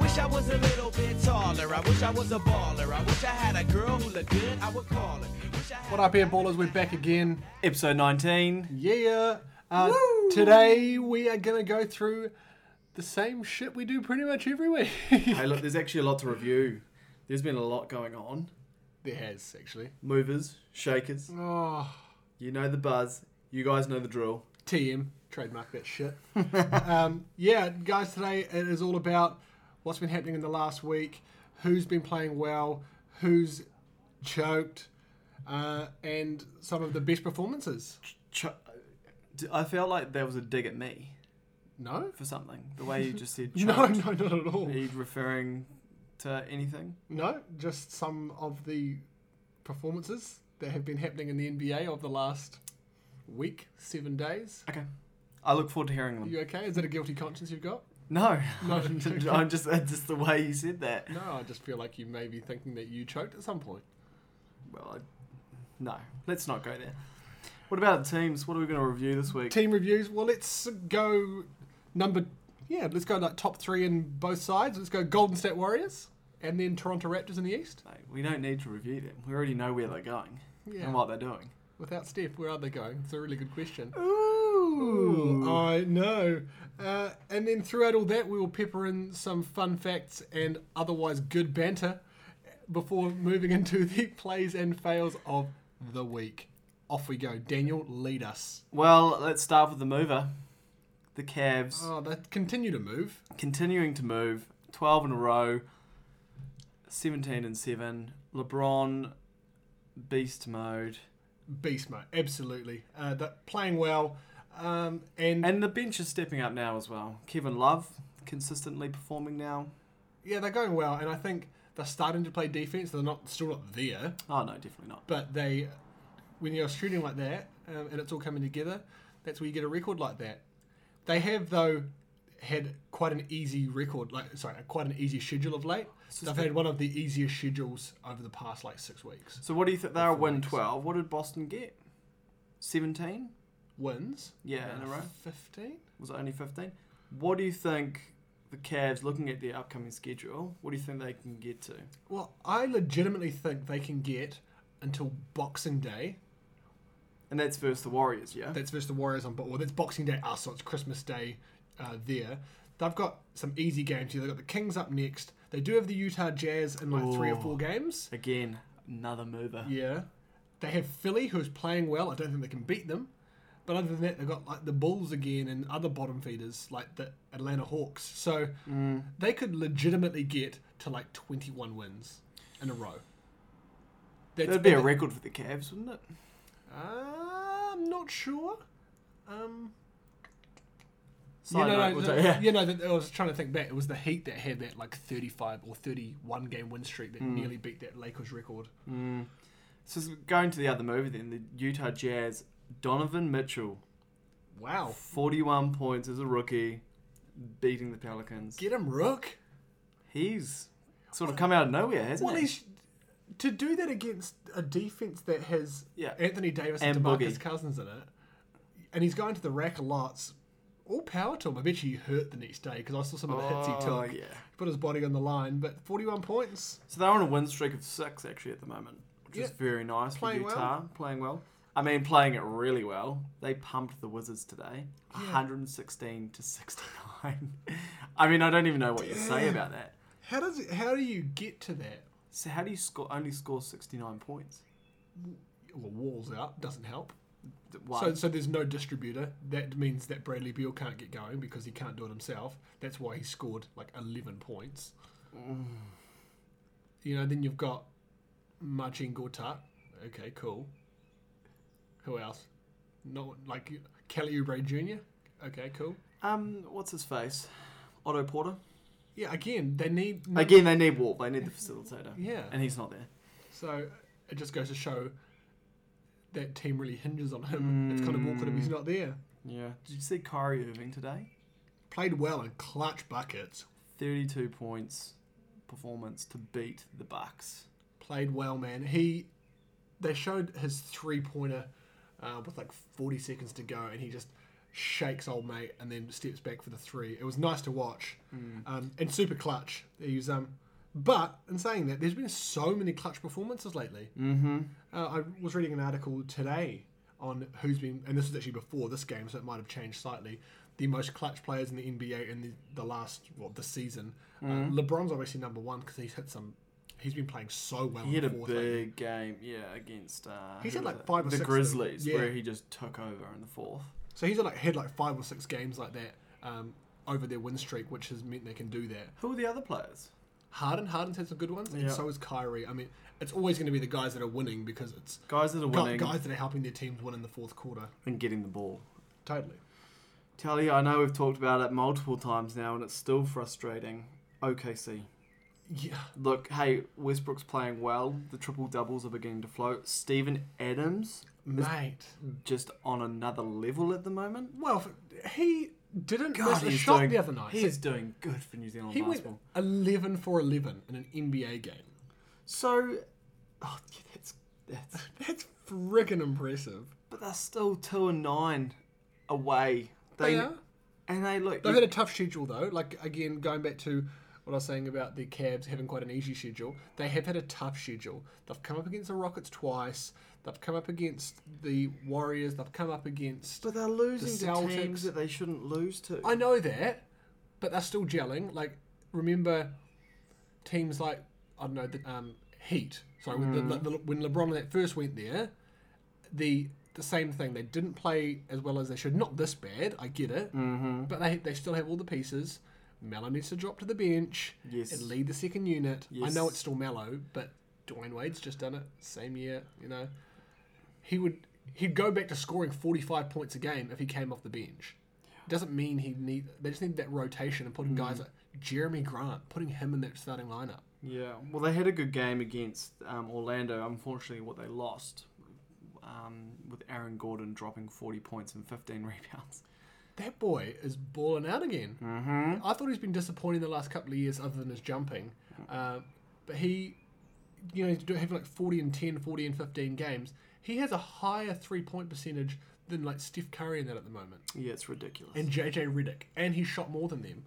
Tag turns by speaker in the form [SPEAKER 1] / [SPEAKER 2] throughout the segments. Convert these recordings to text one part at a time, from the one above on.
[SPEAKER 1] wish I was a little bit taller. I wish I was a baller. I wish I had a girl who looked good. I would call her. Wish I had
[SPEAKER 2] What up, here, ballers? We're back again.
[SPEAKER 3] Episode 19.
[SPEAKER 2] Yeah. Uh, today we are gonna go through the same shit we do pretty much every week.
[SPEAKER 3] Hey, look, there's actually a lot to review. There's been a lot going on.
[SPEAKER 2] there has actually.
[SPEAKER 3] Movers, shakers.
[SPEAKER 2] Oh,
[SPEAKER 3] You know the buzz. You guys know the drill.
[SPEAKER 2] TM trademark that shit. um, yeah, guys. Today it is all about what's been happening in the last week, who's been playing well, who's choked, uh, and some of the best performances.
[SPEAKER 3] Ch- I felt like that was a dig at me
[SPEAKER 2] No,
[SPEAKER 3] for something. The way you just said
[SPEAKER 2] no,
[SPEAKER 3] choked.
[SPEAKER 2] no, not at all.
[SPEAKER 3] Are you referring to anything?
[SPEAKER 2] No, just some of the performances that have been happening in the NBA of the last week, seven days.
[SPEAKER 3] Okay. I look forward to hearing them.
[SPEAKER 2] You okay? Is that a guilty conscience you've got?
[SPEAKER 3] No.
[SPEAKER 2] No,
[SPEAKER 3] I'm just,
[SPEAKER 2] okay.
[SPEAKER 3] I'm just, it's just the way you said that.
[SPEAKER 2] No, I just feel like you may be thinking that you choked at some point.
[SPEAKER 3] Well, I, no. Let's not go there. What about the teams? What are we going to review this week?
[SPEAKER 2] Team reviews. Well, let's go number. Yeah, let's go like top three in both sides. Let's go Golden State Warriors and then Toronto Raptors in the East.
[SPEAKER 3] Mate, we don't need to review them. We already know where they're going
[SPEAKER 2] Yeah.
[SPEAKER 3] and what they're doing.
[SPEAKER 2] Without Steph, where are they going? It's a really good question.
[SPEAKER 3] Ooh.
[SPEAKER 2] I know. Uh, and then throughout all that, we will pepper in some fun facts and otherwise good banter before moving into the plays and fails of the week. Off we go. Daniel, lead us.
[SPEAKER 3] Well, let's start with the mover. The Cavs
[SPEAKER 2] Oh, they continue to move.
[SPEAKER 3] continuing to move, 12 in a row, 17 and 7. LeBron, beast mode.
[SPEAKER 2] Beast mode, absolutely. Uh, they're playing well. Um, and,
[SPEAKER 3] And the bench is stepping up now as well. Kevin Love consistently performing now.
[SPEAKER 2] yeah, they're going well. And I think they're starting to play defense. They're not still not there,
[SPEAKER 3] Oh, no, definitely not.
[SPEAKER 2] but they, when you're shooting like that um, and it's all coming together, that's where you get a record like that. They have though had quite an easy record, like sorry, quite an easy schedule of late. They've had one of the easiest schedules over the past like six weeks.
[SPEAKER 3] So, what do you think? They're a win
[SPEAKER 2] Performance.
[SPEAKER 3] 12. What did Boston get? 17?
[SPEAKER 2] Wins,
[SPEAKER 3] Yeah, in a row.
[SPEAKER 2] fifteen.
[SPEAKER 3] was it only 15? What do you think the Cavs, looking at their upcoming schedule, what do you think they can get to?
[SPEAKER 2] Well, I legitimately think they can get until Boxing Day.
[SPEAKER 3] And that's versus the Warriors, yeah?
[SPEAKER 2] That's versus the Warriors on, well, that's Boxing Day us, so it's Christmas Day uh, there. They've got some easy games here. They've got the Kings up next. They do have the Utah Jazz in like three or
[SPEAKER 3] Ooh.
[SPEAKER 2] four games.
[SPEAKER 3] Again, another mover.
[SPEAKER 2] Yeah. They have Philly, who's playing well. I don't think they can beat them. But other than that, they've got like the Bulls again and other bottom feeders like the Atlanta Hawks. So
[SPEAKER 3] Mm.
[SPEAKER 2] they could legitimately get to like 21 wins in a row. That's
[SPEAKER 3] That'd be a
[SPEAKER 2] all they-
[SPEAKER 3] record for the Cavs, wouldn't it?
[SPEAKER 2] Uh, I'm not sure. Um, you know,
[SPEAKER 3] Side note,
[SPEAKER 2] no,
[SPEAKER 3] we'll
[SPEAKER 2] the-
[SPEAKER 3] take- yeah.
[SPEAKER 2] you know that I was trying to think back. It was the Heat that had that like 35 or 31 game win streak
[SPEAKER 3] Hmm.
[SPEAKER 2] that nearly beat that Lakers record.
[SPEAKER 3] So s- going to the other mover then, the Utah Jazz, Donovan Mitchell,
[SPEAKER 2] Wow,
[SPEAKER 3] 41 points as a rookie, beating the Pelicans.
[SPEAKER 2] get him, Rook.
[SPEAKER 3] He's sort of come out of nowhere, hasn't
[SPEAKER 2] Well,
[SPEAKER 3] he?
[SPEAKER 2] he's to do that against a defense that has
[SPEAKER 3] Yeah.
[SPEAKER 2] Anthony Davis and,
[SPEAKER 3] And
[SPEAKER 2] DeMarcus
[SPEAKER 3] Boogie.
[SPEAKER 2] Cousins in it, and he's going to the rack a lot. All power to him. I bet you he hurt the next day because I saw some of the hits he
[SPEAKER 3] Oh,
[SPEAKER 2] took.
[SPEAKER 3] yeah.
[SPEAKER 2] Put his body on the line, but 41 points.
[SPEAKER 3] So they're on a win streak of six actually at the moment, which is
[SPEAKER 2] Yeah.
[SPEAKER 3] very nice
[SPEAKER 2] Playing
[SPEAKER 3] for
[SPEAKER 2] well.
[SPEAKER 3] Utah. Playing well. I mean, playing it really well. They pumped the Wizards today, 116 to 69. I mean, I don't even know what you say about that.
[SPEAKER 2] How does it, how do you get to that?
[SPEAKER 3] So how do you score only score 69 points?
[SPEAKER 2] Well, walls out doesn't help.
[SPEAKER 3] D- Why?
[SPEAKER 2] So, so there's no distributor. That means that Bradley Beal can't get going because he can't do it himself. That's why he scored like 11 points. You know, then you've got Marcin Gortat. Okay, cool. Who else? Not like Kelly Oubre Jr. Okay, cool.
[SPEAKER 3] um, what's his face? Otto Porter.
[SPEAKER 2] Yeah, again, they need
[SPEAKER 3] Again, they need Wall. They need the facilitator.
[SPEAKER 2] Yeah.
[SPEAKER 3] and he's not there.
[SPEAKER 2] So it just goes to show that team really hinges on him. It's kind of awkward if he's not there.
[SPEAKER 3] Yeah. Did you see Kyrie Irving today?
[SPEAKER 2] Played well and clutch buckets.
[SPEAKER 3] 32 points performance to beat the Bucks.
[SPEAKER 2] played well, man. He they showed his three pointer uh, with like forty seconds to go, and he just shakes old mate, and then steps back for the three. It was nice to watch,
[SPEAKER 3] Mm.
[SPEAKER 2] um, and super clutch. He's um, but in saying that, there's been so many clutch performances lately. Mm-hmm. Uh, I was reading an article today on who's been, and this was actually before this game, so it might have changed slightly. The most clutch players in the NBA in the, the last, well, the season.
[SPEAKER 3] Mm.
[SPEAKER 2] Uh, LeBron's obviously number one because he's had some. He's been playing so well.
[SPEAKER 3] He
[SPEAKER 2] in
[SPEAKER 3] had a
[SPEAKER 2] the fourth lately.
[SPEAKER 3] big game, yeah, against uh,
[SPEAKER 2] He's
[SPEAKER 3] who
[SPEAKER 2] had
[SPEAKER 3] was
[SPEAKER 2] like
[SPEAKER 3] it?
[SPEAKER 2] five or
[SPEAKER 3] the
[SPEAKER 2] six of them.
[SPEAKER 3] Grizzlies,
[SPEAKER 2] Yeah.
[SPEAKER 3] where he just took over in the fourth.
[SPEAKER 2] So he's had like had like five or six games like that um, over their win streak, which has meant they can do that.
[SPEAKER 3] Who were the other players?
[SPEAKER 2] Harden, Harden's had some good ones,
[SPEAKER 3] Yeah.
[SPEAKER 2] and so is Kyrie. I mean, it's always going to be the guys that are winning because it's
[SPEAKER 3] Guys that are
[SPEAKER 2] gu-
[SPEAKER 3] winning
[SPEAKER 2] guys that are helping their teams win in the fourth quarter.
[SPEAKER 3] and getting the ball.
[SPEAKER 2] Totally.
[SPEAKER 3] Tell you, I know we've talked about it multiple times now, and it's still frustrating. OKC.
[SPEAKER 2] Yeah.
[SPEAKER 3] Look, hey, Westbrook's playing well. The triple doubles are beginning to float. Steven Adams
[SPEAKER 2] Mate.
[SPEAKER 3] just on another level at the moment.
[SPEAKER 2] Well, f- he didn't miss a
[SPEAKER 3] he's
[SPEAKER 2] shot
[SPEAKER 3] doing-
[SPEAKER 2] the other night.
[SPEAKER 3] He's doing good for New Zealand
[SPEAKER 2] he went
[SPEAKER 3] basketball.
[SPEAKER 2] 11 for 11 in an NBA game.
[SPEAKER 3] So, oh, yeah, that's that's.
[SPEAKER 2] That's friggin' impressive.
[SPEAKER 3] But they're still two and nine away. They
[SPEAKER 2] Yeah.
[SPEAKER 3] and they look.
[SPEAKER 2] They've had a tough schedule though. Like again, going back to what I was saying about the Cavs having quite an easy schedule, they have had a tough schedule. They've come up against the Rockets twice. They've come up against the Warriors. They've come up against.
[SPEAKER 3] but they're losing
[SPEAKER 2] The
[SPEAKER 3] to teams
[SPEAKER 2] Celtics.
[SPEAKER 3] that they shouldn't lose to.
[SPEAKER 2] I know that, but they're still gelling. Like remember, teams like I don't know the um, Heat. Sorry, when, the,
[SPEAKER 3] Mm.
[SPEAKER 2] the, when LeBron and that first went there, the the same thing. They didn't play as well as they should. Not this bad. I get it, mm-hmm. but they they still have all the pieces. Mello needs to drop to the bench
[SPEAKER 3] Yes.
[SPEAKER 2] and lead the second unit. I know
[SPEAKER 3] Yes.
[SPEAKER 2] it's still Mello, but Dwayne Wade's just done it same year. You know, he would he'd go back to scoring forty five points a game if he came off the bench. Doesn't mean he need. They just need that rotation and putting guys like Jeremy Grant, putting him in that starting lineup.
[SPEAKER 3] Yeah, well, they had a good game against um, Orlando. Unfortunately, what they lost um, with Aaron Gordon dropping 40 points and 15 rebounds.
[SPEAKER 2] That boy is balling out again. Mm-hmm. I thought he's been disappointing the last couple of years, other than his jumping. Um, but he, you know, he's do- having like 40 and 10, 40 and 15 games. He has a higher three point percentage than like Steph Curry in that at the moment,
[SPEAKER 3] Yeah, it's ridiculous.
[SPEAKER 2] and JJ Redick, and he shot more than them.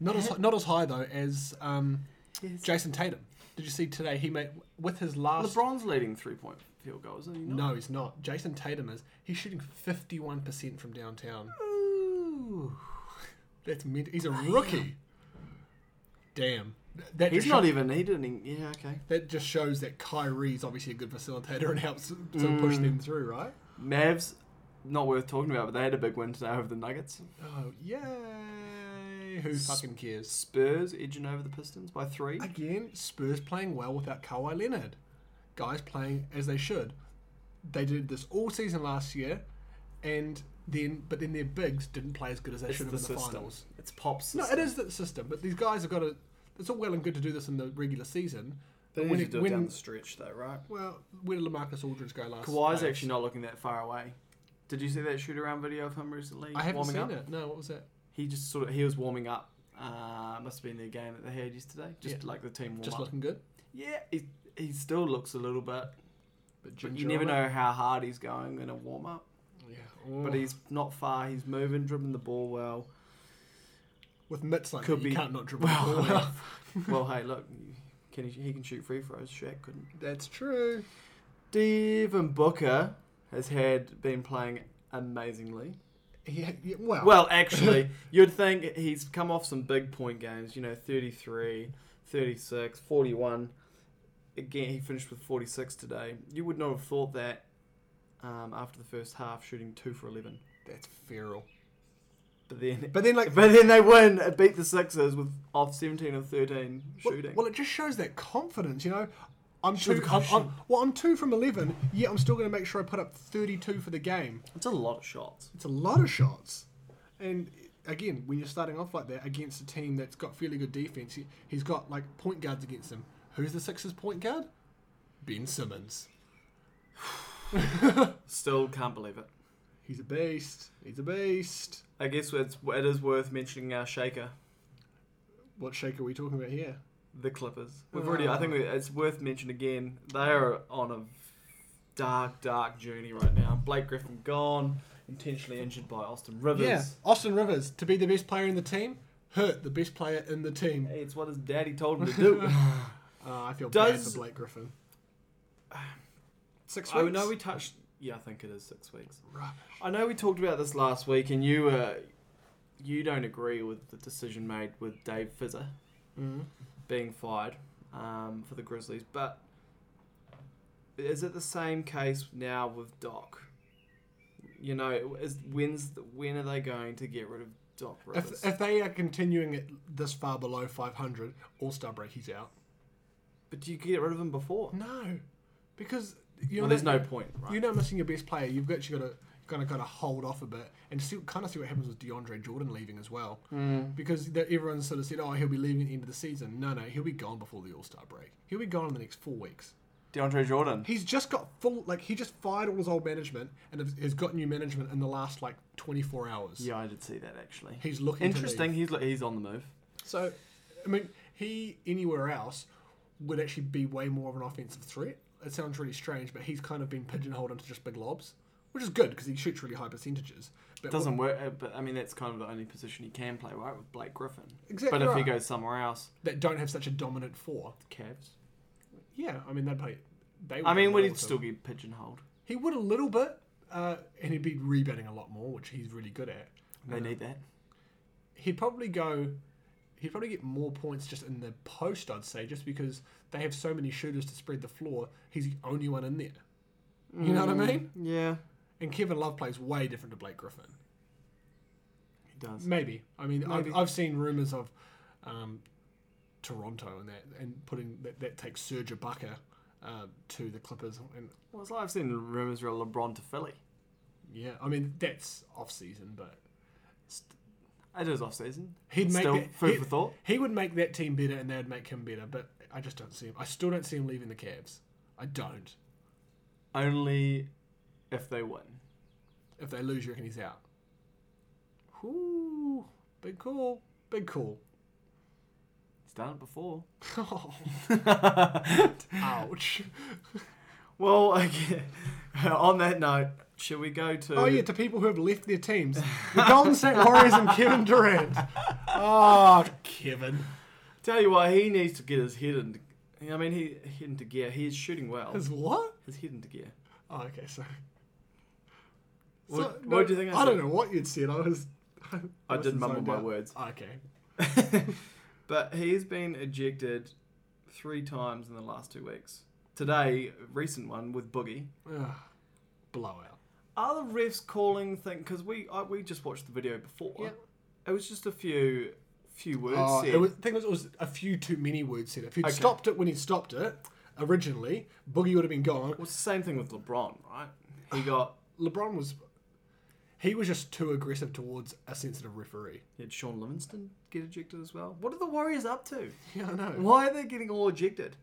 [SPEAKER 2] Not as not as high though as um,
[SPEAKER 3] Yes.
[SPEAKER 2] Jason Tatum. Did you see today? He made with his last.
[SPEAKER 3] LeBron's leading three point field goal, isn't he? Not?
[SPEAKER 2] No, he's not. Jason Tatum is. He's shooting 51% from downtown.
[SPEAKER 3] Ooh.
[SPEAKER 2] That's mid. He's a rookie. Damn. That
[SPEAKER 3] He's
[SPEAKER 2] just
[SPEAKER 3] not
[SPEAKER 2] sho-
[SPEAKER 3] even. He didn't. even- Yeah, okay.
[SPEAKER 2] That just shows that Kyrie's obviously a good facilitator and helps to
[SPEAKER 3] Mm.
[SPEAKER 2] push them through, right?
[SPEAKER 3] Mavs, not worth talking about, but they had a big win today over the Nuggets.
[SPEAKER 2] Oh yay! Who fucking cares?
[SPEAKER 3] Spurs edging over the Pistons by three.
[SPEAKER 2] Again, Spurs playing well without Kawhi Leonard. Guys playing as they should. They did this all season last year, and then but then their bigs didn't play as good as they
[SPEAKER 3] It's
[SPEAKER 2] should
[SPEAKER 3] the,
[SPEAKER 2] have in the
[SPEAKER 3] system.
[SPEAKER 2] finals.
[SPEAKER 3] It's pop
[SPEAKER 2] No,
[SPEAKER 3] system.
[SPEAKER 2] it is the system, but these guys have got to. It's all well and good to do this in the regular season.
[SPEAKER 3] They
[SPEAKER 2] but
[SPEAKER 3] need
[SPEAKER 2] when
[SPEAKER 3] to
[SPEAKER 2] it-
[SPEAKER 3] do it
[SPEAKER 2] when-
[SPEAKER 3] down the stretch, though, right?
[SPEAKER 2] Well, where did Lamarcus Aldridge go last?
[SPEAKER 3] Kawhi's
[SPEAKER 2] playoffs?
[SPEAKER 3] actually not looking that far away. Did you see that shoot around video of him recently?
[SPEAKER 2] I haven't
[SPEAKER 3] warming
[SPEAKER 2] seen
[SPEAKER 3] up?
[SPEAKER 2] it. No, what was that?
[SPEAKER 3] He just sort of he was warming up. Uh, must have been their game that they had yesterday. Just
[SPEAKER 2] Yeah.
[SPEAKER 3] like the team warm
[SPEAKER 2] Just
[SPEAKER 3] up.
[SPEAKER 2] looking good.
[SPEAKER 3] Yeah, he, he still looks a little bit.
[SPEAKER 2] But,
[SPEAKER 3] But
[SPEAKER 2] ginger
[SPEAKER 3] you never
[SPEAKER 2] on it.
[SPEAKER 3] know how hard he's going in a warm up.
[SPEAKER 2] Yeah.
[SPEAKER 3] But
[SPEAKER 2] Oh.
[SPEAKER 3] he's not far. He's moving, dribbling the ball well.
[SPEAKER 2] with mitts like
[SPEAKER 3] could
[SPEAKER 2] that, you
[SPEAKER 3] be-
[SPEAKER 2] can't not dribble. the
[SPEAKER 3] Well,
[SPEAKER 2] ball well.
[SPEAKER 3] well, hey, look, can he, he can shoot free throws. Shaq couldn't.
[SPEAKER 2] That's true.
[SPEAKER 3] Devin Booker has had been playing amazingly.
[SPEAKER 2] Yeah, yeah, well,
[SPEAKER 3] Well, actually, you'd think he's come off some big point games, you know, 33, 36, 41. Again, he finished with 46 today. You would not have thought that um, after the first half, shooting 2 for 11.
[SPEAKER 2] that's feral.
[SPEAKER 3] But then,
[SPEAKER 2] But then, like,
[SPEAKER 3] but then they win, uh, beat the Sixers with off 17 of 13
[SPEAKER 2] well,
[SPEAKER 3] shooting.
[SPEAKER 2] well, it just shows that confidence, you know. I'm
[SPEAKER 3] Shoot
[SPEAKER 2] two.
[SPEAKER 3] the
[SPEAKER 2] I'm,
[SPEAKER 3] cushion.
[SPEAKER 2] I'm, well, I'm two from eleven. Yet I'm still going to make sure I put up thirty-two for the game.
[SPEAKER 3] it's a lot of shots.
[SPEAKER 2] It's a lot of shots. And again, when you're starting off like that against a team that's got fairly good defense, he, he's got like point guards against him. Who's the Sixers point guard? Ben Simmons.
[SPEAKER 3] Still can't believe it.
[SPEAKER 2] He's a beast. He's a beast.
[SPEAKER 3] I guess it's, it is worth mentioning our shaker,
[SPEAKER 2] What shake are we talking about here?
[SPEAKER 3] the Clippers. We've already. I think we, it's worth mentioning again. They are on a dark, dark journey right now. Blake Griffin gone. intentionally injured by Austin Rivers.
[SPEAKER 2] Yeah, Austin Rivers to be the best player in the team, hurt the best player in the team.
[SPEAKER 3] Hey, it's what his daddy told him to do.
[SPEAKER 2] Oh, I feel bad
[SPEAKER 3] Does-
[SPEAKER 2] for Blake Griffin. Six
[SPEAKER 3] I
[SPEAKER 2] weeks.
[SPEAKER 3] know we touched. Yeah, I think it is six weeks.
[SPEAKER 2] Rubbish.
[SPEAKER 3] I know we talked about this last week, and you uh, you don't agree with the decision made with Dave Fizzer
[SPEAKER 2] Mm-hmm.
[SPEAKER 3] being fired um, for the Grizzlies, but is it the same case now with Doc? You know, is when's the, when are they going to get rid of Doc Rivers?
[SPEAKER 2] If, if they are continuing it this far below 500, All Star break, he's out.
[SPEAKER 3] but you could get rid of him before.
[SPEAKER 2] No, because you know
[SPEAKER 3] well, there's no point, right?
[SPEAKER 2] You're not missing your best player. You've got you got to kind of got to hold off a bit and see kind of see what happens with DeAndre Jordan leaving as well.
[SPEAKER 3] Hmm.
[SPEAKER 2] Mm. Because that everyone sort of said, oh, he'll be leaving at the end of the season. No, no, he'll be gone before the All Star break. He'll be gone in the next four weeks.
[SPEAKER 3] DeAndre Jordan.
[SPEAKER 2] He's just got full like he just fired all his old management and has- has got new management in the last like 24 hours.
[SPEAKER 3] Yeah, I did see that actually.
[SPEAKER 2] He's looking to
[SPEAKER 3] Interesting. He's li- he's on the move.
[SPEAKER 2] So, I mean, he anywhere else would actually be way more of an offensive threat. It sounds really strange, but he's kind of been pigeonholed into just big lobs, which is good because he shoots really high percentages. But
[SPEAKER 3] Doesn't work, uh, but I mean that's kind of the only position he can play, right? With Blake Griffin.
[SPEAKER 2] Exactly
[SPEAKER 3] But if he
[SPEAKER 2] right.
[SPEAKER 3] goes somewhere else,
[SPEAKER 2] that don't have such a dominant four.
[SPEAKER 3] Cavs.
[SPEAKER 2] Yeah, I mean they'd play. They would
[SPEAKER 3] I mean,
[SPEAKER 2] play
[SPEAKER 3] would
[SPEAKER 2] well
[SPEAKER 3] he
[SPEAKER 2] with
[SPEAKER 3] still
[SPEAKER 2] him.
[SPEAKER 3] get pigeonholed?
[SPEAKER 2] He would a little bit, uh, and he'd be rebounding a lot more, which he's really good at.
[SPEAKER 3] They need that.
[SPEAKER 2] he'd probably go he'd probably get more points just in the post i'd say just because they have so many shooters to spread the floor he's the only one in there you know
[SPEAKER 3] Mm.
[SPEAKER 2] what i mean
[SPEAKER 3] Yeah,
[SPEAKER 2] and kevin love plays way different to blake griffin
[SPEAKER 3] he does.
[SPEAKER 2] maybe i mean
[SPEAKER 3] Maybe.
[SPEAKER 2] I've, I've seen rumors of um, toronto and that and putting that, that takes serge Ibaka uh, to the clippers and
[SPEAKER 3] Well, it's like I've seen rumors around LeBron to Philly.
[SPEAKER 2] yeah i mean that's off season but
[SPEAKER 3] It is off season.
[SPEAKER 2] He'd make
[SPEAKER 3] still
[SPEAKER 2] that,
[SPEAKER 3] food
[SPEAKER 2] he-
[SPEAKER 3] for thought.
[SPEAKER 2] He would make that team better, and they'd make him better. But I just don't see him. I still don't see him leaving the Cavs. I don't.
[SPEAKER 3] Only if they win.
[SPEAKER 2] If they lose, you reckon he's out? Ooh, big call, big call.
[SPEAKER 3] He's done it before.
[SPEAKER 2] Ouch.
[SPEAKER 3] well, okay. on that note, should we go to?
[SPEAKER 2] Oh yeah, to people who have left their teams, the Golden State Warriors and Kevin Durant. Oh, Kevin,
[SPEAKER 3] Tell you what, he needs to get his head into. I mean, he head into gear. He is shooting well.
[SPEAKER 2] is what?
[SPEAKER 3] His head into gear.
[SPEAKER 2] Oh, okay, sorry.
[SPEAKER 3] What- what do you think I
[SPEAKER 2] I, don't
[SPEAKER 3] said?
[SPEAKER 2] know what you'd said. I was. I,
[SPEAKER 3] I did
[SPEAKER 2] wasn't
[SPEAKER 3] mumble
[SPEAKER 2] zoned
[SPEAKER 3] my
[SPEAKER 2] out.
[SPEAKER 3] words.
[SPEAKER 2] Okay.
[SPEAKER 3] but he's been ejected three times in the last two weeks. Today, a recent one with Boogie.
[SPEAKER 2] Ugh. Blowout.
[SPEAKER 3] Are the refs calling thing? Because we I, we just watched the video before.
[SPEAKER 2] Yeah.
[SPEAKER 3] It was just a few few words
[SPEAKER 2] Oh,
[SPEAKER 3] said.
[SPEAKER 2] it was, I think it was, it was a few too many words said. If he'd
[SPEAKER 3] Okay.
[SPEAKER 2] stopped it when he stopped it originally, Boogie would have been gone.
[SPEAKER 3] Well, it's the same thing with LeBron, right? He got
[SPEAKER 2] LeBron was. He was just too aggressive towards a sensitive referee.
[SPEAKER 3] did Sean Livingston get ejected as well? What are the Warriors up to?
[SPEAKER 2] Yeah, I know.
[SPEAKER 3] Why are they getting all ejected?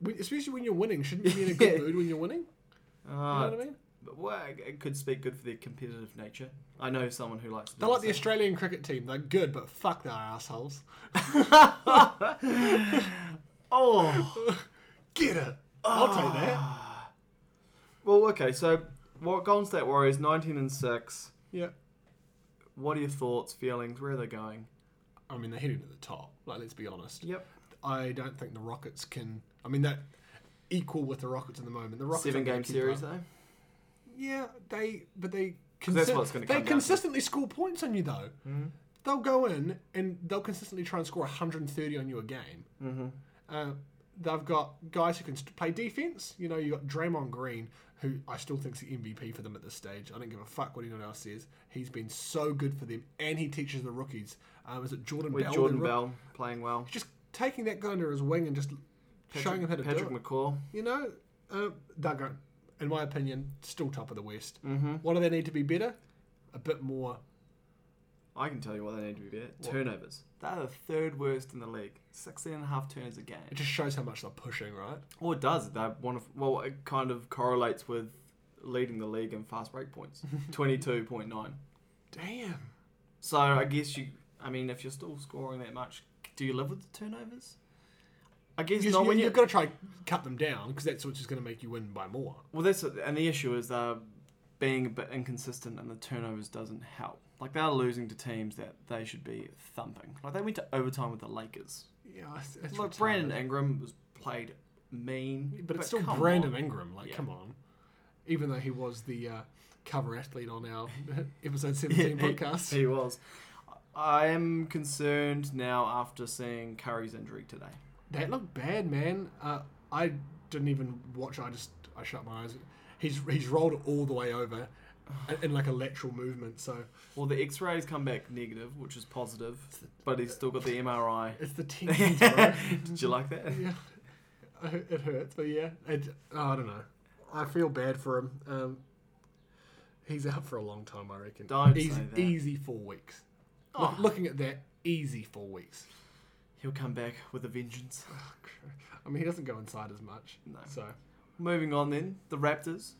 [SPEAKER 2] When, especially when you're winning. Shouldn't you be in a good
[SPEAKER 3] Yeah.
[SPEAKER 2] mood when you're winning? You know
[SPEAKER 3] Uh,
[SPEAKER 2] what I mean?
[SPEAKER 3] but well, it could speak good for their competitive nature. I know someone who likes.
[SPEAKER 2] They're like the Australian cricket team. They're good, but fuck, they're assholes.
[SPEAKER 3] oh.
[SPEAKER 2] Get it. I'll take
[SPEAKER 3] Ah.
[SPEAKER 2] that.
[SPEAKER 3] Well, okay, so what Golden State Warriors, nineteen and six.
[SPEAKER 2] Yeah.
[SPEAKER 3] What are your thoughts, feelings? Where are they going?
[SPEAKER 2] I mean, they're heading to the top. Like, let's be honest.
[SPEAKER 3] Yep,
[SPEAKER 2] I don't think the Rockets can. I mean, that equal with the Rockets at the moment. The Rockets
[SPEAKER 3] seven
[SPEAKER 2] aren't gonna
[SPEAKER 3] game
[SPEAKER 2] keep
[SPEAKER 3] series eh?
[SPEAKER 2] up.
[SPEAKER 3] though.
[SPEAKER 2] Yeah, they but they
[SPEAKER 3] that's what it's
[SPEAKER 2] they
[SPEAKER 3] gonna come down to. Mm-hmm.
[SPEAKER 2] consistently score points on you though. They'll go in and they'll consistently try and score 130 on you a game. Mm-hmm. Uh, they've got guys who can st- play defense. You know, you got Draymond Green, who I still think's the MVP for them at this stage. I don't give a fuck what anyone else says. He's been so good for them, and he teaches the rookies. Um, is it Jordan
[SPEAKER 3] With
[SPEAKER 2] Bell?
[SPEAKER 3] Jordan
[SPEAKER 2] the rook-
[SPEAKER 3] Bell playing well,
[SPEAKER 2] Just taking that guy under his wing and just showing him how to do
[SPEAKER 3] Patrick
[SPEAKER 2] it
[SPEAKER 3] McCall.
[SPEAKER 2] you know, uh, they're going, in my opinion, still top of the West. Mm-hmm. What do they need to be better? A bit more.
[SPEAKER 3] I can tell you what they need to be better. Turnovers. They're the third worst in the league. 16 and a half turnovers a game.
[SPEAKER 2] It just shows how much they're pushing, right?
[SPEAKER 3] Or does that one of well it kind of correlates with leading the league in fast break points. 22.9.
[SPEAKER 2] Damn.
[SPEAKER 3] So I guess you I mean if you're still scoring that much, do you live with the turnovers? I guess
[SPEAKER 2] You,
[SPEAKER 3] not when
[SPEAKER 2] you,
[SPEAKER 3] you
[SPEAKER 2] have got to try cut them down because that's what's just going to make you win by more.
[SPEAKER 3] Well, that's and the issue is they're being a bit inconsistent and the turnovers doesn't help. Like they're losing to teams that they should be thumping. Like they went to overtime with the Lakers.
[SPEAKER 2] Yeah, it's, it's
[SPEAKER 3] Like
[SPEAKER 2] retarded.
[SPEAKER 3] Brandon Ingram was played mean,
[SPEAKER 2] but it's still
[SPEAKER 3] come
[SPEAKER 2] Brandon
[SPEAKER 3] on.
[SPEAKER 2] Ingram. Like,
[SPEAKER 3] Yeah.
[SPEAKER 2] come on. Even though he was the uh, cover athlete on our episode seventeen
[SPEAKER 3] he-
[SPEAKER 2] podcast,
[SPEAKER 3] He was. I am concerned now after seeing Curry's injury today.
[SPEAKER 2] that looked bad, man. Uh, I didn't even watch. I just I shut my eyes. He's he's rolled all the way over in, in like a lateral movement. So
[SPEAKER 3] Well, the X-rays come back negative, which is positive, but he's still got the MRI.
[SPEAKER 2] it's the tendons, bro.
[SPEAKER 3] Did you like that?
[SPEAKER 2] yeah, it hurts, but yeah, it, oh, I don't know. I feel bad for him. Um, he's out for a long time, I reckon.
[SPEAKER 3] Don't say
[SPEAKER 2] easy,
[SPEAKER 3] that.
[SPEAKER 2] easy four weeks. Look-
[SPEAKER 3] Oh.
[SPEAKER 2] looking at that, easy four weeks.
[SPEAKER 3] He'll come back with a vengeance.
[SPEAKER 2] I mean, he doesn't go inside as much.
[SPEAKER 3] Oh, No.
[SPEAKER 2] So
[SPEAKER 3] Moving on then, the Raptors,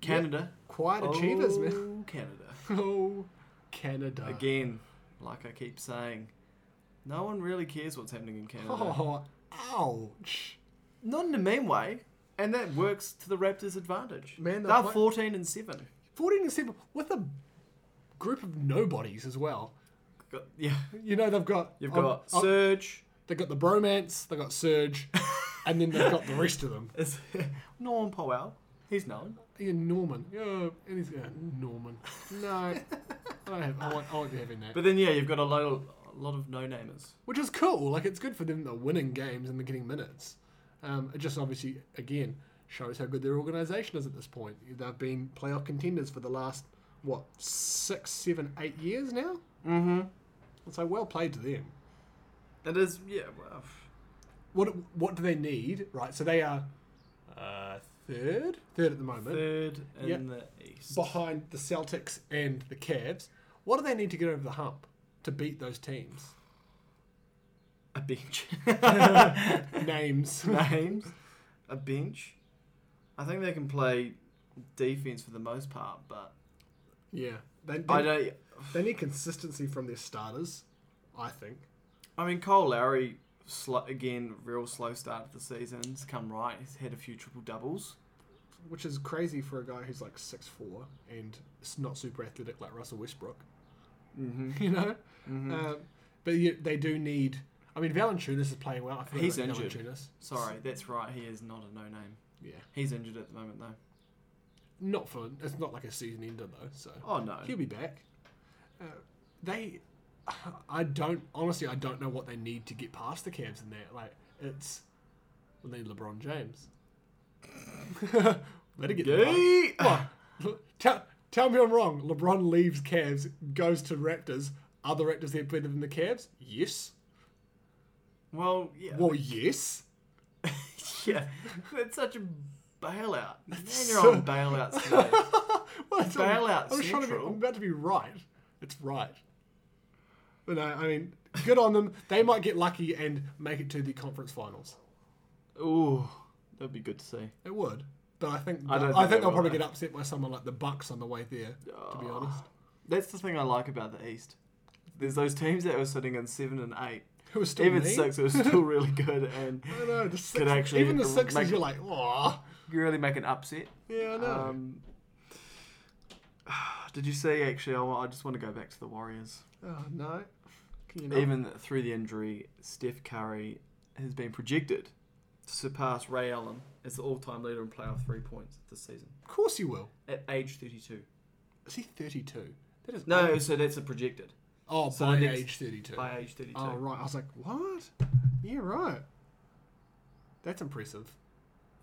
[SPEAKER 3] Canada.
[SPEAKER 2] quiet achievers,
[SPEAKER 3] oh,
[SPEAKER 2] man.
[SPEAKER 3] Canada.
[SPEAKER 2] Oh, Canada.
[SPEAKER 3] Again, like I keep saying, no one really cares what's happening in Canada.
[SPEAKER 2] Oh, ouch.
[SPEAKER 3] Not in a mean way, and that works to the Raptors' advantage.
[SPEAKER 2] Man,
[SPEAKER 3] they're
[SPEAKER 2] they're play-
[SPEAKER 3] 14 and 7.
[SPEAKER 2] Fourteen and seven with a group of nobodies as well.
[SPEAKER 3] Got- yeah,
[SPEAKER 2] You know they've got
[SPEAKER 3] you've
[SPEAKER 2] I'll-
[SPEAKER 3] got
[SPEAKER 2] I'll-
[SPEAKER 3] Serge.
[SPEAKER 2] They got the bromance, they got Surge, and then they've got the rest of them.
[SPEAKER 3] is- Norman Powell. He's known.
[SPEAKER 2] Yeah, Norman. Yeah, and he's uh, Norman. No, I don't have. I won't, I won't be having that.
[SPEAKER 3] But then, yeah, you've got a lot of, a lot of no-namers.
[SPEAKER 2] Which is cool. Like it's good for them. They're winning games and they're getting minutes. Um, it just obviously again shows how good their organisation is at this point. They've been playoff contenders for the last what six, seven, eight years now.
[SPEAKER 3] Mm-hmm.
[SPEAKER 2] So well played to them.
[SPEAKER 3] That is, yeah, well,
[SPEAKER 2] What what do they need? Right. So they are uh, third, third at the moment.
[SPEAKER 3] third in
[SPEAKER 2] Yeah.
[SPEAKER 3] the East.
[SPEAKER 2] behind the Celtics and the Cavs. What do they need to get over the hump to beat those teams?
[SPEAKER 3] a bench.
[SPEAKER 2] Names.
[SPEAKER 3] Names. A bench. I think they can play defense for the most part, but
[SPEAKER 2] yeah. They,
[SPEAKER 3] I
[SPEAKER 2] they,
[SPEAKER 3] don't.
[SPEAKER 2] they need consistency from their starters, I think.
[SPEAKER 3] I mean, Cole Lowry, sl- again, real slow start to the season. He's come right. He's had a few triple doubles.
[SPEAKER 2] Which is crazy for a guy who's like 6'4 and s- not super athletic like Russell Westbrook.
[SPEAKER 3] Mm-hmm.
[SPEAKER 2] You know? Um, but you, they do need. I mean, Valanciunas is playing well. I forgot
[SPEAKER 3] He's
[SPEAKER 2] about
[SPEAKER 3] injured.
[SPEAKER 2] Valanciunas.
[SPEAKER 3] Sorry, that's right. He is not a no name.
[SPEAKER 2] Yeah.
[SPEAKER 3] He's injured at the moment, though.
[SPEAKER 2] Not for. It's not like a season ender, though. So.
[SPEAKER 3] Oh, no.
[SPEAKER 2] He'll be back. Uh, they, I don't honestly, I don't know what they need to get past the Cavs in there. Like it's, they need LeBron James. Let it get the
[SPEAKER 3] Yay!
[SPEAKER 2] ball. What? Tell, tell me I'm wrong. LeBron leaves Cavs, goes to Raptors. Are the Raptors there better than the Cavs? Yes.
[SPEAKER 3] Well, yeah.
[SPEAKER 2] Well, yes.
[SPEAKER 3] yeah. That's such a bailout. Man, you're
[SPEAKER 2] so-
[SPEAKER 3] on bailouts today.
[SPEAKER 2] Well, it's not-
[SPEAKER 3] Bailout
[SPEAKER 2] I was trying to be,
[SPEAKER 3] Central.
[SPEAKER 2] I'm about to be right. It's right. But no, I mean, good on them. They might get lucky and make it to the conference finals.
[SPEAKER 3] Ooh, that'd be good to see.
[SPEAKER 2] It would, but I think
[SPEAKER 3] I
[SPEAKER 2] I,
[SPEAKER 3] don't
[SPEAKER 2] think,
[SPEAKER 3] think they
[SPEAKER 2] they'll
[SPEAKER 3] will, Ah.
[SPEAKER 2] probably
[SPEAKER 3] though.
[SPEAKER 2] get upset by someone like the Bucks on the way there. To be honest,
[SPEAKER 3] That's the thing I like about the East. There's those teams that were sitting in seven and eight.
[SPEAKER 2] who are still
[SPEAKER 3] Even
[SPEAKER 2] mean.
[SPEAKER 3] six are still really good and
[SPEAKER 2] I don't know. The six,
[SPEAKER 3] actually
[SPEAKER 2] even the
[SPEAKER 3] r-
[SPEAKER 2] sixes,
[SPEAKER 3] make-
[SPEAKER 2] you're like, oh,
[SPEAKER 3] you really make an upset.
[SPEAKER 2] yeah, I know.
[SPEAKER 3] Um, did you see? Actually, I, wa- I just want to go back to the Warriors.
[SPEAKER 2] oh no, can you not?
[SPEAKER 3] Even through the injury, Steph Curry has been projected to surpass Ray Allen as the all-time leader in playoff three points this season
[SPEAKER 2] of course you will.
[SPEAKER 3] at age 32.
[SPEAKER 2] Is he 32? That is
[SPEAKER 3] No,
[SPEAKER 2] old.
[SPEAKER 3] so that's a projected
[SPEAKER 2] Oh,
[SPEAKER 3] so
[SPEAKER 2] by
[SPEAKER 3] next-
[SPEAKER 2] age 32.
[SPEAKER 3] by age 32.
[SPEAKER 2] Oh right, I was like, what? Yeah, right. That's impressive.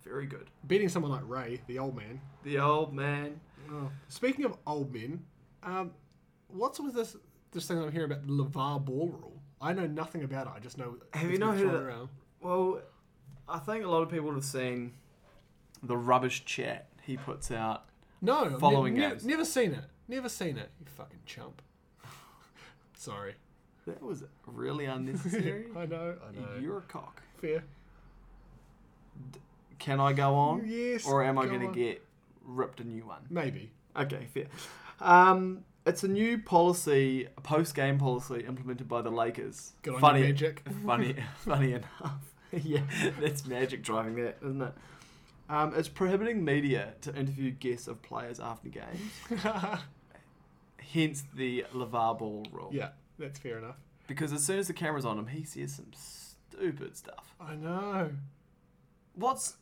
[SPEAKER 3] Very good.
[SPEAKER 2] Beating someone like Ray, the old man.
[SPEAKER 3] The old man.
[SPEAKER 2] Speaking of old men, um, what's with this this thing I'm hearing about the LeVar Ball rule? I know nothing about it. I just know. it's
[SPEAKER 3] Have you
[SPEAKER 2] been
[SPEAKER 3] not heard
[SPEAKER 2] thrown
[SPEAKER 3] of-
[SPEAKER 2] around.
[SPEAKER 3] Well, I think a lot of people have seen the rubbish chat he puts out.
[SPEAKER 2] No, I've
[SPEAKER 3] Following
[SPEAKER 2] ne- ne-
[SPEAKER 3] games.
[SPEAKER 2] never seen it. Never seen it. You fucking chump. Sorry.
[SPEAKER 3] That was really unnecessary.
[SPEAKER 2] I know. I know.
[SPEAKER 3] You're a cock.
[SPEAKER 2] fair.
[SPEAKER 3] Can I go on?
[SPEAKER 2] Yes,
[SPEAKER 3] Or am I
[SPEAKER 2] go
[SPEAKER 3] going
[SPEAKER 2] on.
[SPEAKER 3] to get ripped a new one?
[SPEAKER 2] Maybe.
[SPEAKER 3] Okay, fair. Um, it's a new policy, a post-game policy implemented by the Lakers.
[SPEAKER 2] Good on you,
[SPEAKER 3] funny,
[SPEAKER 2] Magic.
[SPEAKER 3] funny, funny enough. yeah, that's magic driving that, isn't it? Um, it's prohibiting media to interview guests of players after games, hence the LeVar Ball rule.
[SPEAKER 2] yeah, that's fair enough.
[SPEAKER 3] Because as soon as the camera's on him, he says some stupid stuff.
[SPEAKER 2] I know.
[SPEAKER 3] What's.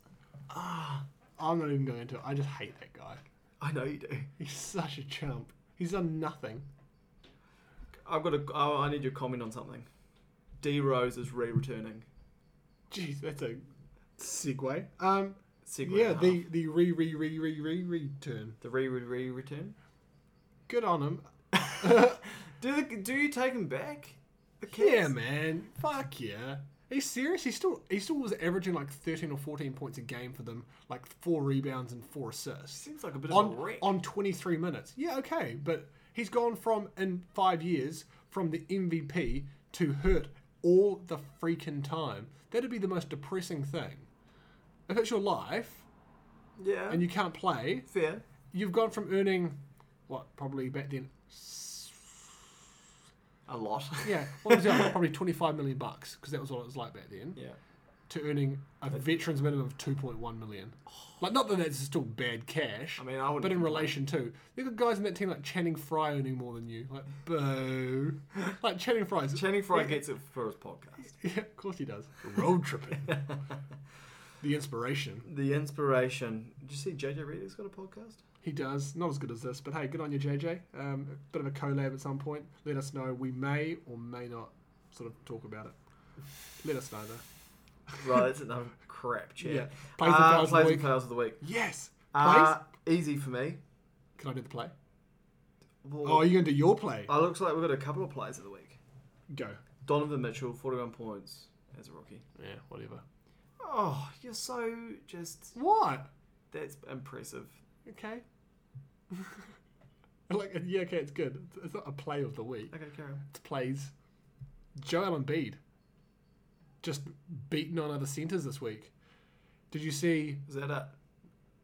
[SPEAKER 2] I'm not even going into it. I just hate that guy.
[SPEAKER 3] I know you do.
[SPEAKER 2] He's such a chump. He's done nothing.
[SPEAKER 3] I've got a. I I need your comment on something. D Rose is re returning.
[SPEAKER 2] Jeez, that's a segue. Um,
[SPEAKER 3] Segue
[SPEAKER 2] yeah,
[SPEAKER 3] in half.
[SPEAKER 2] the the re re re re re return.
[SPEAKER 3] The re re re return.
[SPEAKER 2] Good on him.
[SPEAKER 3] Do the, do you take him back? The
[SPEAKER 2] Yeah,
[SPEAKER 3] kids?
[SPEAKER 2] man. Fuck yeah. He's serious. He still he still was averaging like thirteen or fourteen points a game for them, like four rebounds and four assists
[SPEAKER 3] Seems like a bit of a
[SPEAKER 2] on
[SPEAKER 3] wreck.
[SPEAKER 2] on twenty three minutes. Yeah, okay, but he's gone from in five years from the MVP to hurt all the freaking time. That'd be the most depressing thing. If it's your life
[SPEAKER 3] yeah.
[SPEAKER 2] and you can't play,
[SPEAKER 3] fair.
[SPEAKER 2] you've gone from earning what probably back then
[SPEAKER 3] A lot.
[SPEAKER 2] yeah what was it probably 25 million bucks because that was what it was like back then
[SPEAKER 3] yeah.
[SPEAKER 2] to earning a veteran's minimum of 2.1 million like not that that's still bad cash
[SPEAKER 3] I mean, I wouldn't
[SPEAKER 2] but in
[SPEAKER 3] complain.
[SPEAKER 2] relation to you've got guys in that team like Channing Fry earning more than you like boo like Channing Fry's
[SPEAKER 3] Channing Frye gets it for his podcast.
[SPEAKER 2] yeah of course he does road tripping the inspiration
[SPEAKER 3] The inspiration. Did you see JJ Reddick's got a podcast?
[SPEAKER 2] He does. Not as good as this, but hey, good on you, JJ. Um, a bit of a collab at some point. Let us know. We may or may not sort of talk about it. Let us know, though.
[SPEAKER 3] Right, that's another crap chat.
[SPEAKER 2] Yeah. Plays
[SPEAKER 3] Plays,
[SPEAKER 2] and
[SPEAKER 3] uh,
[SPEAKER 2] fails of the
[SPEAKER 3] plays
[SPEAKER 2] week.
[SPEAKER 3] and fails of the week.
[SPEAKER 2] Yes!
[SPEAKER 3] Uh,
[SPEAKER 2] Plays?
[SPEAKER 3] easy for me.
[SPEAKER 2] Can I do the play?
[SPEAKER 3] Well, uh,
[SPEAKER 2] Oh, you're going to do your play?
[SPEAKER 3] it looks like we've got a couple of plays of the week.
[SPEAKER 2] Go.
[SPEAKER 3] Donovan Mitchell, 41 points as a rookie.
[SPEAKER 2] Yeah, whatever.
[SPEAKER 3] Oh, you're so just.
[SPEAKER 2] What?
[SPEAKER 3] That's impressive.
[SPEAKER 2] Okay. like, yeah, okay, it's good. It's- It's not a play of the week.
[SPEAKER 3] Okay, carry on.
[SPEAKER 2] It's plays. Joel Embiid. Just beaten on other centres this week. Did you see
[SPEAKER 3] Is that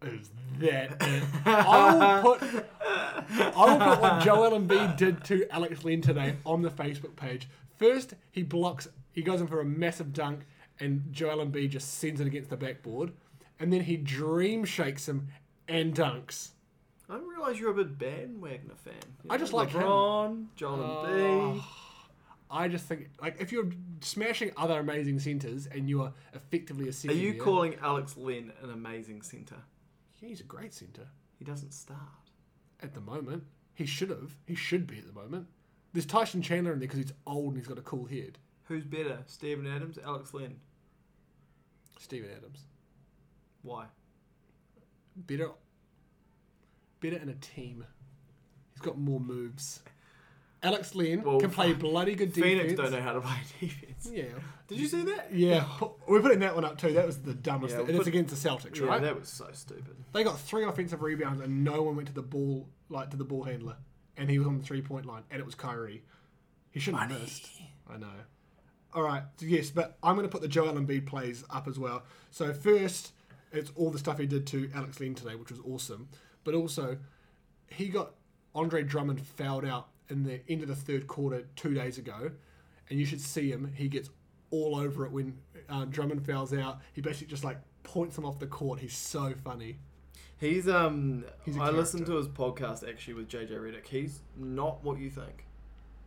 [SPEAKER 3] it?
[SPEAKER 2] is that it? I will put I will put what Joel Embiid did to Alex Len today on the Facebook page. First, he blocks. He goes in for a massive dunk, and Joel Embiid just sends it against the backboard, and then he dream shakes him and dunks.
[SPEAKER 3] I didn't realise you're a bit bandwagoner fan. You
[SPEAKER 2] I just like him. Oh,
[SPEAKER 3] LeBron, Joel Embiid.
[SPEAKER 2] I just think, like, if you're smashing other amazing centers and you are effectively a
[SPEAKER 3] Are
[SPEAKER 2] center,
[SPEAKER 3] you calling Alex Len an amazing centre?
[SPEAKER 2] He's a great center.
[SPEAKER 3] He doesn't start.
[SPEAKER 2] at the moment. He should have. He should be at the moment. There's Tyson Chandler in there because he's old and he's got a cool head.
[SPEAKER 3] Who's better, Stephen Adams, Alex Len?
[SPEAKER 2] Steven Adams.
[SPEAKER 3] Why?
[SPEAKER 2] Better better in a team. He's got more moves. Alex Len
[SPEAKER 3] Well,
[SPEAKER 2] can play bloody good defense.
[SPEAKER 3] Phoenix don't know how to play defense.
[SPEAKER 2] Yeah.
[SPEAKER 3] Did you see that?
[SPEAKER 2] Yeah. We're putting that one up too. That was the dumbest
[SPEAKER 3] Yeah,
[SPEAKER 2] thing.
[SPEAKER 3] we'll
[SPEAKER 2] And it's
[SPEAKER 3] put-
[SPEAKER 2] against the Celtics,
[SPEAKER 3] Yeah,
[SPEAKER 2] right?
[SPEAKER 3] that was so stupid.
[SPEAKER 2] They got three offensive rebounds and no one went to the ball like to the ball handler. And he was on the three point line and it was Kyrie. He shouldn't have missed. I know. Alright, yes, but I'm gonna put the Joel Embiid plays up as well. So first, it's all the stuff he did to Alex Len today, which was awesome. But also, he got Andre Drummond fouled out in the end of the third quarter two days ago, and you should see him. He gets all over it when uh, Drummond fouls out. He basically just like points him off the court. He's so funny.
[SPEAKER 3] He's um.
[SPEAKER 2] He's a
[SPEAKER 3] I listened to his podcast actually with JJ Redick. He's not what you think.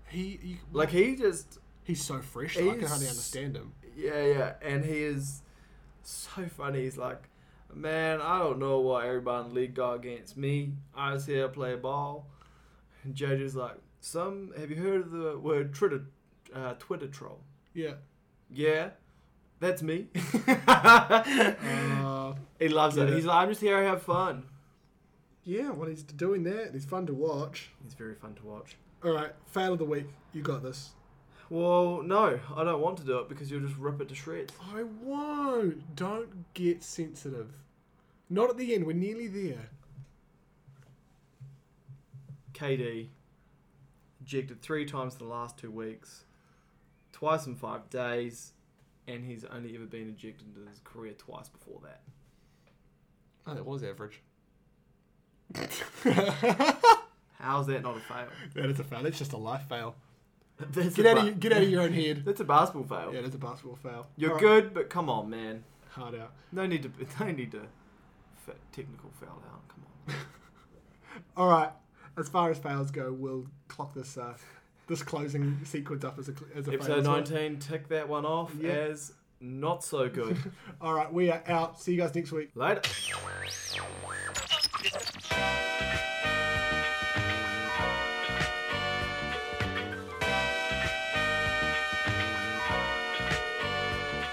[SPEAKER 2] He, you,
[SPEAKER 3] Like he just
[SPEAKER 2] he's so fresh. that I can
[SPEAKER 3] He's-
[SPEAKER 2] hardly understand him.
[SPEAKER 3] Yeah, yeah, and he is so funny. He's like, man, I don't know why everybody in the league got against me. I just here to play ball. And JJ's like, some have you heard of the word Twitter, uh, Twitter troll?
[SPEAKER 2] Yeah.
[SPEAKER 3] Yeah, that's me.
[SPEAKER 2] Uh,
[SPEAKER 3] he loves it.
[SPEAKER 2] Yeah.
[SPEAKER 3] He's like, I'm just here to have fun.
[SPEAKER 2] yeah. Well, he's doing that. He's fun to watch.
[SPEAKER 3] He's very fun to watch.
[SPEAKER 2] All right. Fail of the week. You got this.
[SPEAKER 3] Well, no, I don't want to do it because you'll just rip it to shreds.
[SPEAKER 2] I won't. Don't get sensitive. Not at the end. We're nearly there.
[SPEAKER 3] KD ejected three times in the last two weeks, twice in five days, and he's only ever been ejected in his career twice before that.
[SPEAKER 2] Oh, that was average.
[SPEAKER 3] How's that not a fail?
[SPEAKER 2] That is a fail. That's just a life fail.
[SPEAKER 3] That's
[SPEAKER 2] Get
[SPEAKER 3] a
[SPEAKER 2] out
[SPEAKER 3] ba-
[SPEAKER 2] of your, get out of your own head.
[SPEAKER 3] That's a basketball fail.
[SPEAKER 2] Yeah, that's a basketball fail.
[SPEAKER 3] You're
[SPEAKER 2] All right,
[SPEAKER 3] good, but come on, man.
[SPEAKER 2] Hard out.
[SPEAKER 3] No need to. No need to fa- technical foul out. Come on.
[SPEAKER 2] All right. As far as fails go, we'll clock this uh, this closing sequence up as a cl- as a fail
[SPEAKER 3] Episode
[SPEAKER 2] as well.
[SPEAKER 3] 19, tick that one off
[SPEAKER 2] Yeah.
[SPEAKER 3] as not so good.
[SPEAKER 2] All right, we are out. See you guys next week.
[SPEAKER 3] Later.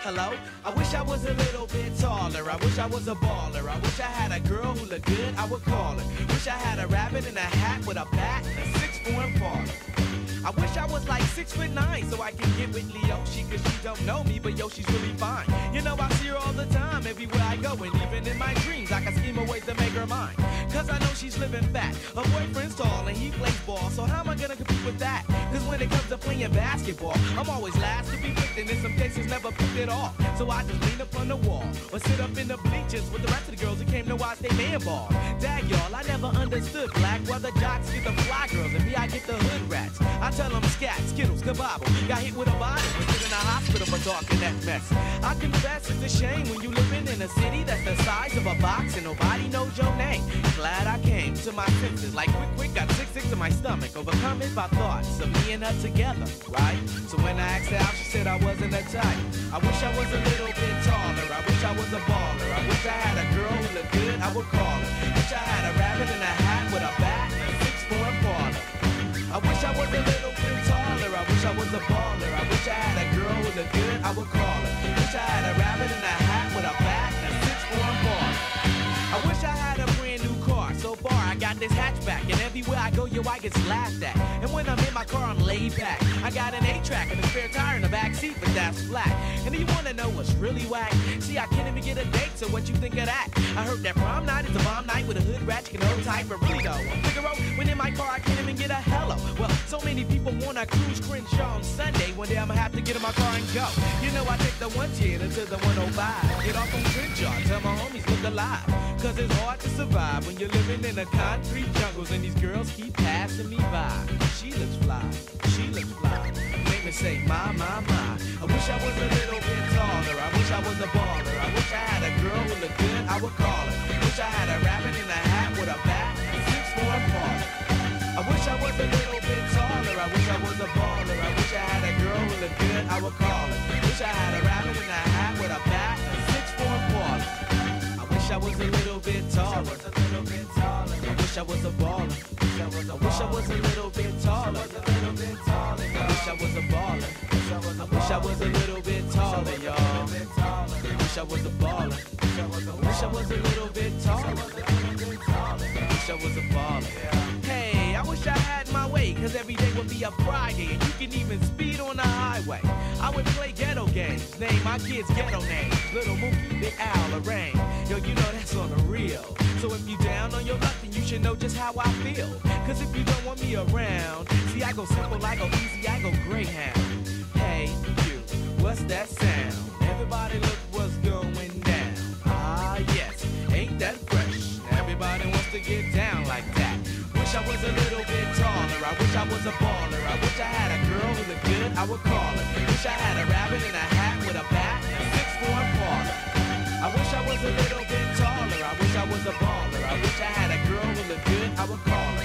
[SPEAKER 1] Hello? I wish I was a little bit taller. I wish I was a baller. I wish I had a girl who looked good, I would call her. Wish I had a rabbit in a hat with a bat and a six foot baller. I wish I was like six foot nine so I could get with Leoshi cause she don't know me, but yo, she's really fine. You know, I see her all the time, everywhere I go, and even in my dreams, I can scheme a way to make her mine. Cause I know she's living fat. Her boyfriend's tall and he plays ball, so how am I gonna compete with that? Cause when it comes to playing basketball, I'm always last to be picked, and in some cases never picked at all. So I just lean up on the wall or sit up in the bleachers with the rest of the girls who came to watch they man ball. Dag y'all, I never understood black why the jocks get the fly girls and me I get the hood rats. I tell them scat, skittles, kabobble. Got hit with a bottle and sit in a hospital for talking that mess. I confess it's a shame when you living in a city that's the size of a box and nobody knows your name. Glad I came to my senses like quick quick got sick sick to my stomach overcoming by thoughts of me and her together, right? So when I asked her out, she said I wasn't a type. I wish I was a little bit taller. I wish I was a baller. I wish I had a girl who looked good. I would call her. Wish I had a rabbit in a hat with a bat and a six foot baller. I wish I was a little bit taller. I wish I was a baller. I wish I had a girl who looked good. I would call her. Wish I had a rabbit in a hat with a bat and a six foot baller. I wish I had a brand new car. So far, I got this hatchback, and everywhere I go, yo, I get laughed at. And when I'm in my car, I'm laid back. I got an A-track and a spare tire in the back seat, but that's flat. And do you wanna know what's really whack? See, I can't even get a date, so what you think of that? I heard that prom night is a bomb night with a hood ratchet and old type, but really though, I'm Figaro. When in my car, I can't even get a hello. Well, so many people wanna cruise Crenshaw on Sunday. One day I'ma have to get in my car and go. You know, I take the 110 until the 105. Get off on Crenshaw, tell my homies look alive. Cause it's hard to survive when you're living in the concrete jungles and these girls keep passing me by. She looks fly, she looks fly. Make me say, my, my, my. I wish I was a little bit taller. I wish I was a baller. I wish I had a girl who looked good, I would call her. Wish I had a rabbit in a hat with a bat and six foot baller. I wish I was a little bit taller. I wish I was a baller. I wish I had a girl who looked good, I would call her. Wish I had a rabbit in a hat with a bat and six foot baller. I wish I was a little bit taller. I wish I was a baller. I wish I was a little bit taller. I wish I was a baller. I wish I was a little bit taller, y'all. I wish I was a baller. I wish I was a little bit taller. I wish I was a baller. Hey, I wish I had my way, cause every day would be a Friday, and you can even speed on the highway. I would play ghetto games, name my kids ghetto names. Little Mookie, Big Al, Lorraine. Yo, you know that's on the real. So if you down on your luck, then you should know just how I feel. Cause if you don't want me around, see, I go simple, I go easy, I go greyhound. Hey, you, what's that sound? Everybody look what's going down. Ah, yes, ain't that fresh? Everybody wants to get down like that. Wish I was a little bit taller. I wish I was a baller. I wish I had a girl who looked good, I would call her. Wish I had a rabbit in a hat with a bat and a six foot baller. I wish I was a little bit taller. I wish I was a baller. I wish I had a girl who looked good, I would call her.